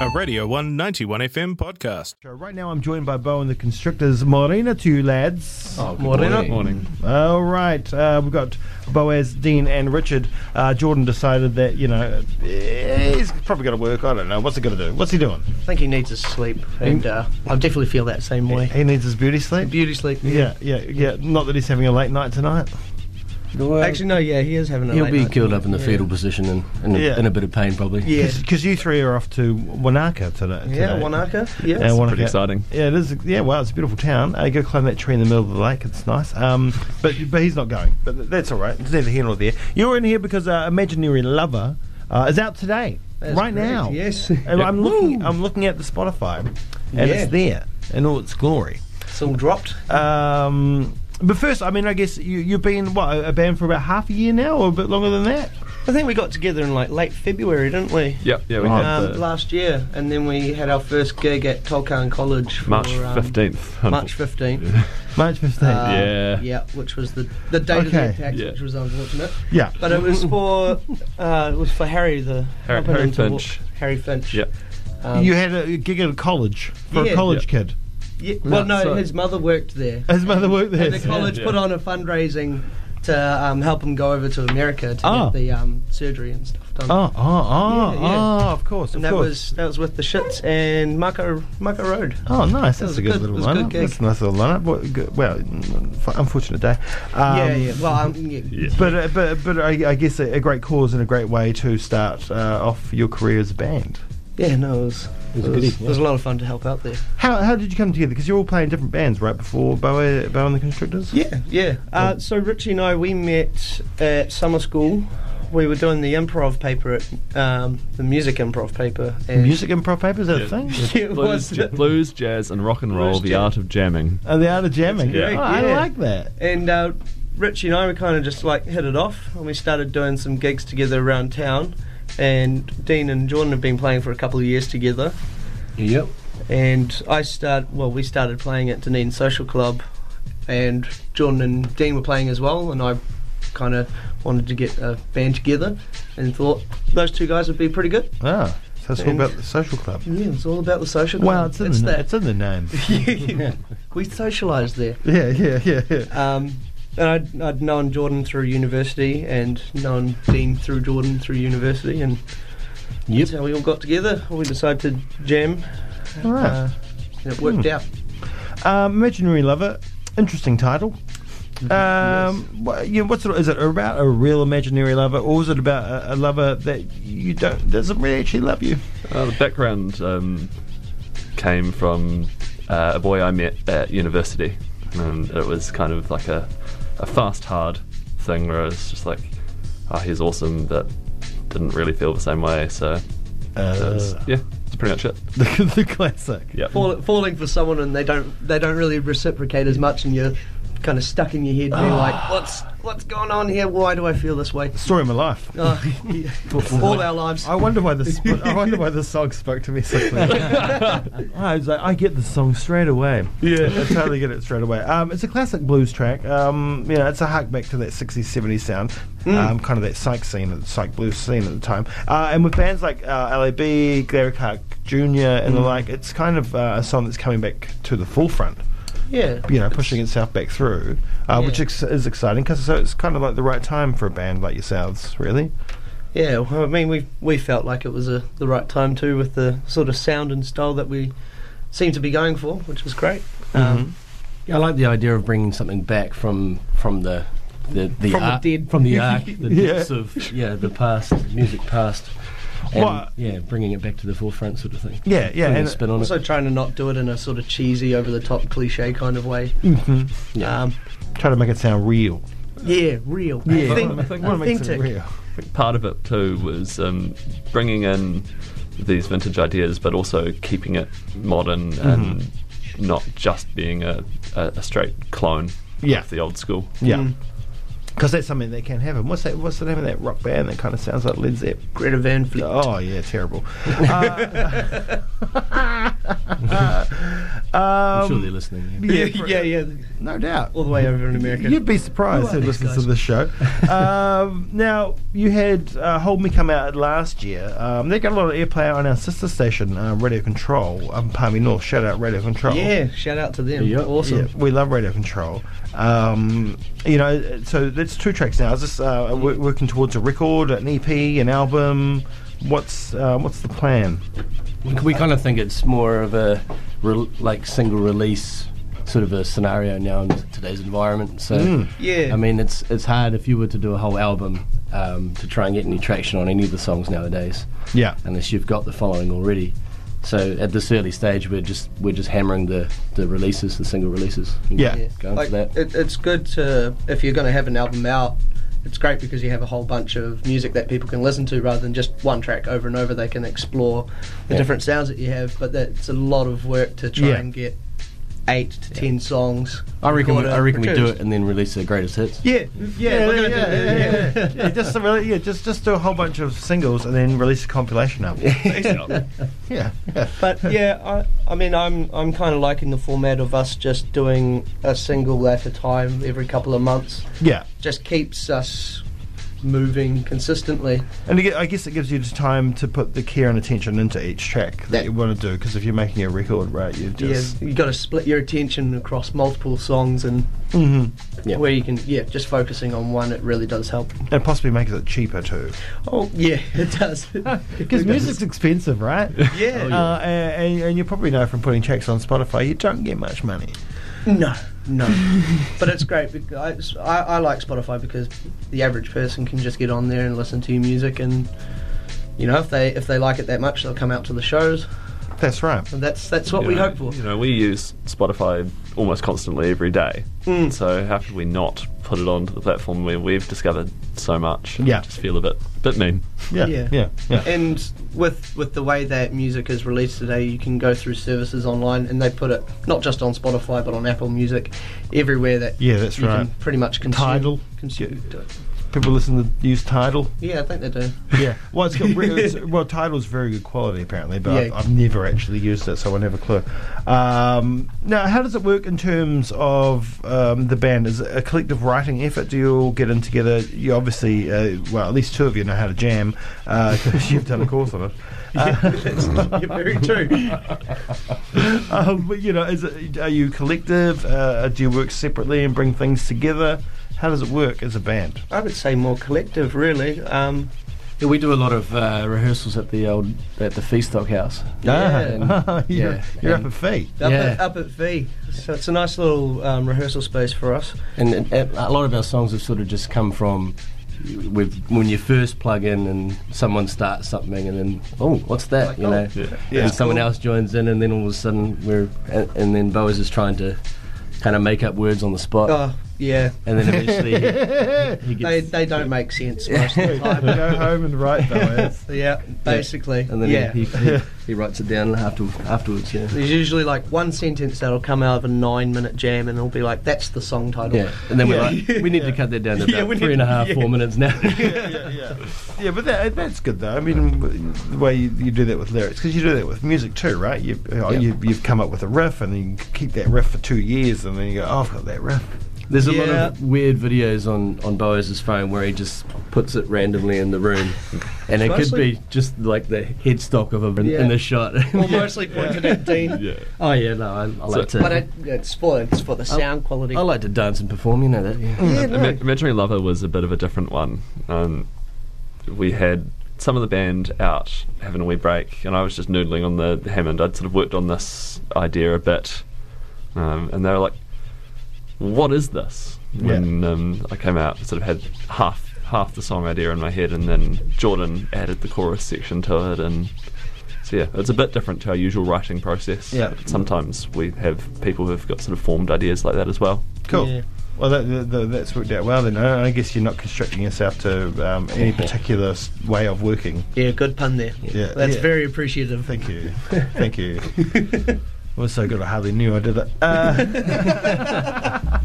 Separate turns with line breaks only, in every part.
a Radio 191 FM podcast.
Right now, I'm joined by Bo and the Constrictors. Morena to you, lads.
Oh, good morning.
All right. Uh, we've got Boaz, Dean, and Richard. Uh, Jordan decided that, you know, eh, he's probably going to work. I don't know. What's he going to do? What's he doing?
I think he needs his sleep, and uh, I definitely feel that same way.
He needs his beauty sleep.
Beauty sleep.
Yeah, yeah, yeah. Not that he's having a late night tonight.
Actually, no. Yeah, he is having a.
He'll
late
be
night.
curled up in the
Yeah.
fetal position and in a,
Yeah.
in a bit of pain probably.
Yeah.
Because you three are off to Wanaka today.
Yeah,
today.
Wanaka.
Yeah,
Yeah.
Wanaka.
pretty exciting.
Yeah, it is. Yeah, wow, it's a beautiful town. Uh, you go climb that tree in the middle of the lake. It's nice. Um, but but he's not going. But th- that's all right. It's neither here nor there. You're in here because uh, Imaginary Lover uh, is out today,
That's
right
correct,
now.
Yes.
And I'm looking. I'm looking at the Spotify, and
Yeah.
it's there in all its glory.
It's all dropped.
Um, but first, I mean, I guess you, you've been what a a band for about half a year now, or a bit longer than that.
I think we got together in like late February, didn't we?
Yep, yeah, we
Right.
had
Um,
Oh, the
last year, and then we had our first gig at Tolkien College for
March
um,
fifteenth.
March fifteenth. Uh,
March fifteenth.
Yeah.
Yeah, which was the the date of
Okay.
the attack,
Yeah.
which was unfortunate.
yeah.
But it was for uh, it was for Harry the
Harry-
Up and
Harry
Into Wa-
Finch.
Harry Finch.
Yep.
Um,
you had a gig at a college for
Yeah.
a college kid.
yeah, well, no,
so-
his mother worked there.
His mother worked there.
And the college
Yeah.
put on a fundraising to um, help him go over to America to
Oh.
get the um, surgery and stuff done.
Oh, oh, oh,
Yeah, yeah.
oh, of course, of
and that
course.
was that was with the Shits and Maka Maka Road.
oh, nice. That's
was
a good,
good-
little
it was a good
lineup.
gig.
That's a nice little lineup. Well, good- Well, mm, f- unfortunate day. Um,
yeah, yeah. Well, um, yeah.
Yeah.
But uh, but but I, I guess a, a great cause and a great way to start uh, off your career as a band.
yeah, no, it was it was,
a
it
goodie,
was, a lot of fun to help out there.
How how did you come together? Because you're all playing different bands, right? Before Boa Boa and the Constrictors.
Yeah, yeah. Uh, so Richie and I we met at summer school. We were doing the improv paper at um, the music improv paper. And
Music improv paper is that a
Yeah.
thing?
Yeah, it
Blues,
was.
ja- blues, jazz, and rock and roll,
Blues,
the
jazz.
art of jamming.
Oh, the art of jamming.
That's
Oh,
correct,
I
yeah.
like that.
And uh, Richie and I were kind of just like hit it off, and we started doing some gigs together around town. And Dean and Jordan have been playing for a couple of years together.
Yep.
And I start well, we started playing at Dunedin Social Club, and Jordan and Dean were playing as well. And I kind of wanted to get a band together, and thought those two guys would be pretty good.
Ah, so it's all
And-
about the social club.
Yeah, it's all about the social.
Wow,
club.
it's in, the, na- it's in the name.
that. we socialised there.
yeah, yeah, yeah, yeah.
Um, and I'd, I'd known Jordan through university and known Dean through Jordan through university, and that's how we all got together. We decided to jam,
All right.
uh, and it worked
Hmm.
out.
Um, Imaginary Lover, interesting title. Um, wha- you know, what's it, is it about a real imaginary lover, or is it about a, a lover that you don't doesn't really actually love you?
Uh, the background um, came from uh, a boy I met at university, and it was kind of like a, a fast, hard thing where it's just like, oh, he's awesome, but didn't really feel the same way. So, that's-
Uh,
yeah, that's pretty much it.
the, the classic.
Yeah.
Fall, falling for someone and they don't they don't really reciprocate as much, and you're kind of stuck in your head,
Ah.
being like, "What's what's going on here? Why do I feel this way?"
Story of my life.
Oh, yeah. all our lives.
I wonder why this. I wonder why this song spoke to me so clearly. I was like, I get this song straight away. Yeah, I totally get it straight away. Um, it's a classic blues track. Um, you know, it's a hark back to that 60s, 70s sound, um, kind of that psych scene, psych blues scene at the time. Uh, and with bands like uh, LAB, Derek Clark Jr., and the like, it's kind of uh, a song that's coming back to the forefront.
yeah,
You know, pushing itself back through, uh, which
Yeah.
ex- is exciting because so it's kind of like the right time for a band like yourselves, really.
Yeah, well, I mean, we we felt like it was a, the right time too, with the sort of sound and style that we seem to be going for, which was great. Um,
Yeah, I like the idea of bringing something back from from the the, the
From the
ar-
dead.
from the arc, the
Yeah.
depths of yeah the past, music past, and
Well-
yeah, bringing it back to the forefront sort of thing.
Yeah, yeah,
Putting a
and-
spin on it.
Also, trying to not do it in a sort of cheesy, over the top, cliche kind of way.
Mm-hmm.
Yeah.
Um,
Try to make it sound real.
yeah, real, Authen-
Wanna make it
authentic.
sound real.
think part of it too was um, bringing in these vintage ideas, but also keeping it modern
Mm-hmm.
and not just being a, a, a straight clone
Yeah.
of the old school.
Mm.
Yeah. Because that's something that can happen. What's that? What's the name of that rock band that kind of sounds like Led Oh, Zepp?
Greta Van Fleet.
Um, Oh yeah, terrible. Uh, Um,
I'm sure they're listening. Yeah.
Yeah,
Yeah,
yeah, yeah.
No doubt.
All the way over in America.
You'd be surprised who
Alright,
listens
guys.
to this show. um, now, you had uh, Hold Me Come Out last year. Um, they got a lot of airplay on our sister station, uh, Radio Control, up in Palmy North. Shout out Radio Control.
Yeah, shout out to them.
Yep.
Awesome.
Yeah, we love Radio Control. Um, you know, so that's two tracks now. Is this uh, we're working towards a record, an EP, an album? What's uh, what's the plan?
We, we kind of think it's more of a rel like single release sort of a scenario now in today's environment. So
Mm.
Yeah.
I mean, it's it's hard if you were to do a whole album um, to try and get any traction on any of the songs nowadays,
Yeah,
unless you've got the following already. So at this early stage, we're just we're just hammering the, the releases, the single releases. and
Yeah.
Yeah.
going
Like, uh,
for that.
It, it's good to if you're going to have an album out. It's great because you have a whole bunch of music that people can listen to rather than just one track over and over. They can explore the
Yeah.
different sounds that you have, but that's a lot of work to try
Yeah.
and get eight to ten songs.
I reckon we,
recorded,
I reckon we do
produced.
it and then release the greatest hits.
Yeah, yeah, we're gonna do
yeah,
that,
yeah,
yeah.
yeah, yeah. Yeah, Just a really, yeah, just just do a whole bunch of singles and then release a compilation album. yeah, yeah.
But yeah, I, I mean, I'm I'm kind of liking the format of us just doing a single at a time every couple of months.
yeah.
Just keeps us moving consistently.
And again, I guess it gives you the time to put the care and attention into each track that
Yeah.
you want to do. Because if you're making a record, right, you just
yeah, you got to split your attention across multiple songs, and
Mhm.
Yeah.
where you can, yeah, just focusing on one, it really does help.
and possibly makes it cheaper too.
Oh, yeah, it does.
Because music's expensive, right?
Oh, yeah,
Uh, and, and- and you probably know from putting checks on Spotify, you don't get much money.
no, no, but it's great because I, I, I like Spotify because the average person can just get on there and listen to your music, and you know, if they if they like it that much, they'll come out to the shows,
That's right.
and that's that's what
You
we
know,
hope for.
You know, we use Spotify almost constantly every day.
Mm.
So how could we not put it onto the platform where we've discovered so much? and
Yeah.
just feel a bit, bit mean.
Yeah, yeah,
Yeah.
yeah.
And with with the way that music is released today, you can go through services online, and they put it not just on Spotify, but on Apple Music, everywhere that
Yeah, that's
you can
right.
pretty much consume.
Tidal.
consume.
People listen to use Tidal.
Yeah, I think they do.
Yeah. Well, it's got re- it's, well, Tidal's very good quality apparently, but I've,
Yeah.
I've never actually used it, so I never clue. Um, now, how does it work in terms of um, the band? Is it a collective writing effort? Do you all get in together? You obviously, uh, well, at least two of you know how to jam because you've done a course on it. Uh,
You're very true.
um, but, you know, is it, are you collective? Uh, do you work separately and bring things together? How does it work as a band?
I would say more collective, really. Um,
Yeah, we do a lot of uh, rehearsals at the old at the Feastock House.
Yeah.
Ah, you're,
Yeah.
you're
And-
up a fee.
up,
Yeah.
at, up at V, so it's a nice little um, rehearsal space for us.
and, and, and a lot of our songs have sort of just come from with when you first plug in and someone starts something and then oh what's that
Like,
you
"Oh,
know
yeah.
Yeah.
and someone else joins in and then all of a sudden we're and, and then Boaz is trying to kind of make up words on the spot
Oh, yeah,
and then eventually he, he gets
they they don't make sense most of the time.
Go home and write those.
Yeah, basically.
and then
yeah.
he, he, he writes it down after, afterwards yeah
There's usually like one sentence that'll come out of a nine minute jam and it'll be like, that's the song title.
yeah and then we're
Yeah.
like we need to cut that down to about
Yeah, we
three
need-
and a half, four minutes now
yeah, yeah. Yeah, but that, that's good though. I mean, w- the way you, you do that with lyrics, because you do that with music too, right? You, oh,
Yeah.
you you've come up with a riff, and then you keep that riff for two years, and then you go, "Oh, I've got that riff."
There's a lot
Yeah.
of weird videos on on Boaz's phone where he just puts it randomly in the room, and it could
Mostly-
be just like the headstock of him in-
Yeah.
in the shot.
Well, mostly pointed at Dean.
Yeah.
oh yeah, no, I, I like
So-
to.
But it, it's, for, it's for the sound quality.
I like to dance and perform. You know that. Yeah.
yeah,
Ima- Imaginary Lover was a bit of a different one. Um, we had some of the band out having a wee break, and I was just noodling on the, the Hammond. I'd sort of worked on this idea a bit, um, and they were like, "What is this?" When um, I came out, I sort of had half half the song idea in my head, and then Jordan added the chorus section to it, and so yeah, it's a bit different to our usual writing process.
Yeah.
Sometimes we have people who've got sort of formed ideas like that as well.
Cool.
Yeah.
Well, that, that, that- that's worked out well then. I I guess you're not constricting yourself to um, any particular s- way of working.
Yeah, good pun there.
Yeah.
That's
Yeah.
very appreciative.
Thank you. Thank you. I was so good I hardly knew I did it. Uh,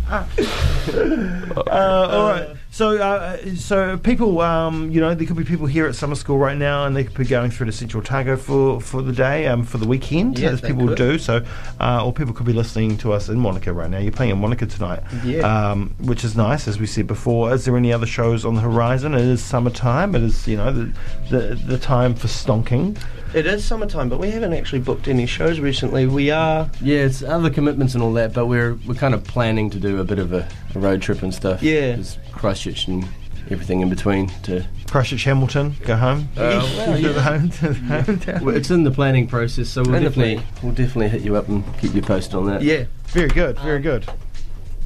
uh, all right. So, uh, so people, um, you know, there could be people here at summer school right now, and they could be going through to Central Otago for, for the day, um, for the weekend,
Yeah,
as
they
people
could.
do. So, uh, or people could be listening to us in Monica right now. You're playing in Monica tonight,
Yeah.
um, which is nice, as we said before. Is there any other shows on the horizon? It is summertime. It is, you know, the the, the time for stonking.
It is summertime, but we haven't actually booked any shows recently. We are,
Yeah, it's other commitments and all that, but we're we're kind of planning to do a bit of a, a road trip and stuff.
Yeah.
Just Christchurch and everything in between. To
Christchurch, Hamilton, go home.
Uh,
well,
To
yeah.
the home, to the home town.
Well, it's in the planning process, so we'll
In the
definitely
planning.
we'll definitely hit you up and keep you posted on that.
yeah,
Very good, very good.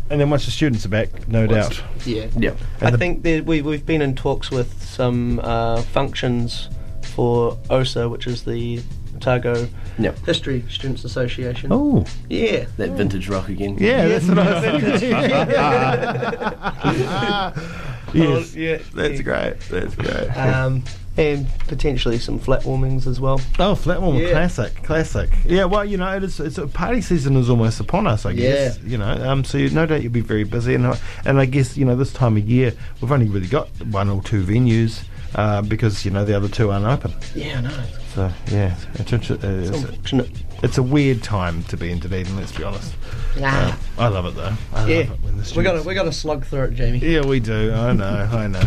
And then once the students are back, no doubt.
yeah.
Yep.
And
I
the-
think that we, we've been in talks with some uh, functions for OSA, which is the Otago
Yep.
History Students Association.
Oh,
Yeah.
That vintage rock again.
yeah, that's what I was thinking. yes,
Oh, yeah.
that's
yeah.
great. That's great.
Um, and potentially some flat warmings as well.
oh, flat one,
yeah.
classic, classic. Yeah, well, you know, it is. It's party season is almost upon us, I guess. You know, um, so you, no doubt you'll be very busy, and I, and I guess you know this time of year we've only really got one or two venues uh, because you know the other two aren't open.
Yeah, I know.
So yeah, it's, uh, it's, it's,
Unfortunate.
it's a weird time to be in Dunedin. Let's be honest.
Yeah.
I love it though. I
Uh, yeah.
love it when the
We gotta
students-
we gotta slug through it, Jamie.
Yeah, we do. I know. I know.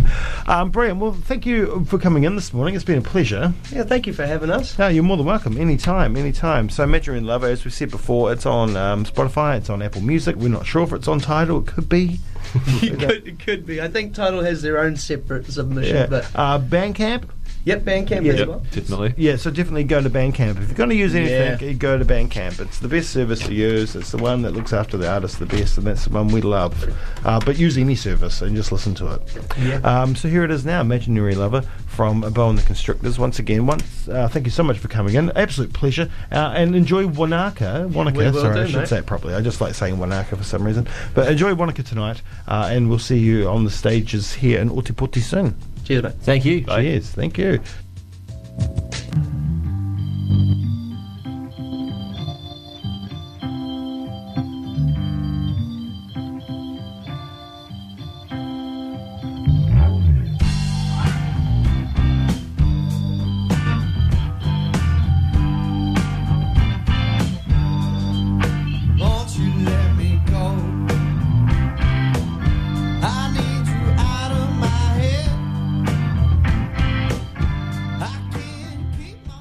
Um, Brian, well, thank you for coming in this morning. It's been a pleasure.
Yeah, thank you for having us.
No, you're more than welcome. Anytime, anytime. So, Madger in Love, as we said before, it's on um, Spotify, it's on Apple Music. We're not sure if it's on Tidal. It could be.
it, could, it could be. I think Tidal has their own separate submission,
Yeah.
but
Uh, Bandcamp.
yep, Bandcamp
Yeah.
as
Yep,
well.
definitely.
Yeah, so definitely go to Bandcamp. If you're going to use anything,
Yeah.
go to Bandcamp. It's the best service to use. It's the one that looks after the artist the best, and that's the one we love. Uh, but use any service and just listen to it.
Yeah.
Um, so here it is now, Imaginary Lover from A Bow and the Constrictors. Once again, once uh, thank you so much for coming in. Absolute pleasure. Uh, and enjoy Wanaka. Wanaka,
We will
sorry, I
do,
should
mate.
say it properly. I just like saying Wanaka for some reason. But enjoy Wanaka tonight, uh, and we'll see you on the stages here in Otipoti soon.
Cheers, mate.
Thank you.
Cheers. Thank you.
Won't you let me go? I need you out of my head. I can't keep my.